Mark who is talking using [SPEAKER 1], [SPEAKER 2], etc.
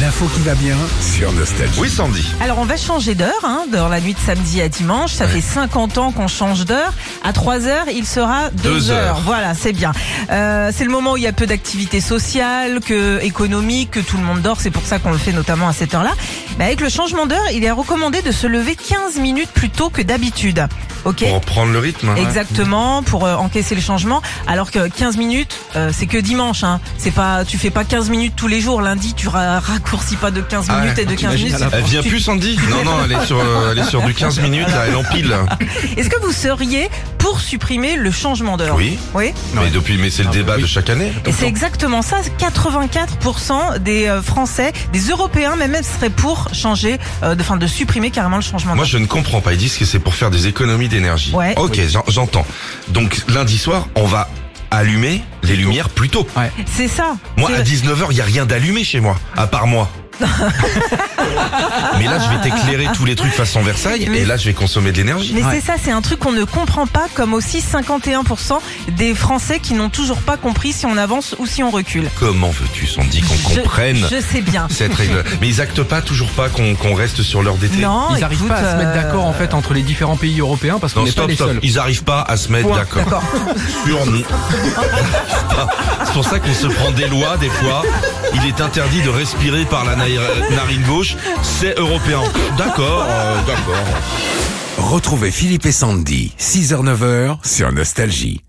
[SPEAKER 1] L'info qui va bien.
[SPEAKER 2] sur Nostalgie.
[SPEAKER 3] Oui, Sandy.
[SPEAKER 4] Alors on va changer d'heure, hein, dans la nuit de samedi à dimanche. Ça fait 50 ans qu'on change d'heure. À 3 heures, il sera 2
[SPEAKER 3] Deux
[SPEAKER 4] heures.
[SPEAKER 3] heures.
[SPEAKER 4] Voilà, c'est bien. Euh, c'est le moment où il y a peu d'activités sociales, que économiques, que tout le monde dort. C'est pour ça qu'on le fait notamment à cette heure-là. Mais avec le changement d'heure, il est recommandé de se lever 15 minutes plus tôt que d'habitude. Ok.
[SPEAKER 3] Pour reprendre le rythme. hein.
[SPEAKER 4] Exactement, pour euh, encaisser le changement. Alors que 15 minutes, euh, c'est que dimanche. Hein. C'est pas, tu fais pas 15 minutes tous les jours. Lundi, tu ra- raccourcis pas de 15
[SPEAKER 3] Ah ouais,
[SPEAKER 4] minutes et de 15
[SPEAKER 1] t'imagines
[SPEAKER 4] minutes.
[SPEAKER 1] à la
[SPEAKER 3] Elle vient
[SPEAKER 4] Tu-
[SPEAKER 3] plus, Sandy Non, non, elle est sur, euh, elle est sur du 15 minutes, là, elle empile.
[SPEAKER 4] Est-ce que vous seriez pour supprimer le changement d'heure
[SPEAKER 3] Oui.
[SPEAKER 4] Oui.
[SPEAKER 3] Mais depuis, mais c'est le
[SPEAKER 1] Ah,
[SPEAKER 3] débat
[SPEAKER 1] oui.
[SPEAKER 3] de chaque année.
[SPEAKER 4] Et c'est exactement ça. 84% des euh, Français, des Européens même, même seraient pour changer, euh, de, enfin, de supprimer carrément le changement
[SPEAKER 3] Moi,
[SPEAKER 4] d'heure.
[SPEAKER 3] je ne comprends pas. Ils disent que c'est pour faire des économies d'énergie.
[SPEAKER 4] Ouais.
[SPEAKER 3] Ok, j'en- j'entends. Donc, lundi soir, on va allumer les lumières plus tôt.
[SPEAKER 4] C'est ça.
[SPEAKER 3] Moi,
[SPEAKER 4] C'est-
[SPEAKER 3] à 19h, il n'y a rien d'allumé chez moi, à part moi. Mais là, je vais t'éclairer tous les trucs façon Versailles,
[SPEAKER 4] Mais-
[SPEAKER 3] et là, je vais consommer de l'énergie.
[SPEAKER 4] Mais
[SPEAKER 1] Ouais.
[SPEAKER 4] c'est ça, c'est un truc qu'on ne comprend pas, comme aussi 51% des Français qui n'ont toujours pas compris si on avance ou si on recule.
[SPEAKER 3] Comment veux-tu, Sandy, qu'on
[SPEAKER 4] Je-
[SPEAKER 3] comprenne
[SPEAKER 4] Je sais bien.
[SPEAKER 3] cette règle Mais ils actent pas toujours pas qu'on qu'on reste sur l'heure d'été.
[SPEAKER 4] Non,
[SPEAKER 1] Ils n'arrivent
[SPEAKER 4] écoute,
[SPEAKER 1] pas à se mettre
[SPEAKER 4] euh,
[SPEAKER 1] d'accord en fait entre les différents pays européens parce qu'on
[SPEAKER 3] Non,
[SPEAKER 1] n'est pas
[SPEAKER 3] stop,
[SPEAKER 1] les
[SPEAKER 3] stop.
[SPEAKER 1] seuls.
[SPEAKER 3] Ils arrivent pas à se mettre
[SPEAKER 1] Point.
[SPEAKER 3] d'accord.
[SPEAKER 4] D'accord.
[SPEAKER 3] Sur nous. C'est pour ça qu'on se prend des lois des fois. Il est interdit de respirer par la nair- narine gauche. C'est européen. D'accord, euh, d'accord.
[SPEAKER 2] Retrouvez Philippe et Sandy, 6h-9h sur Nostalgie.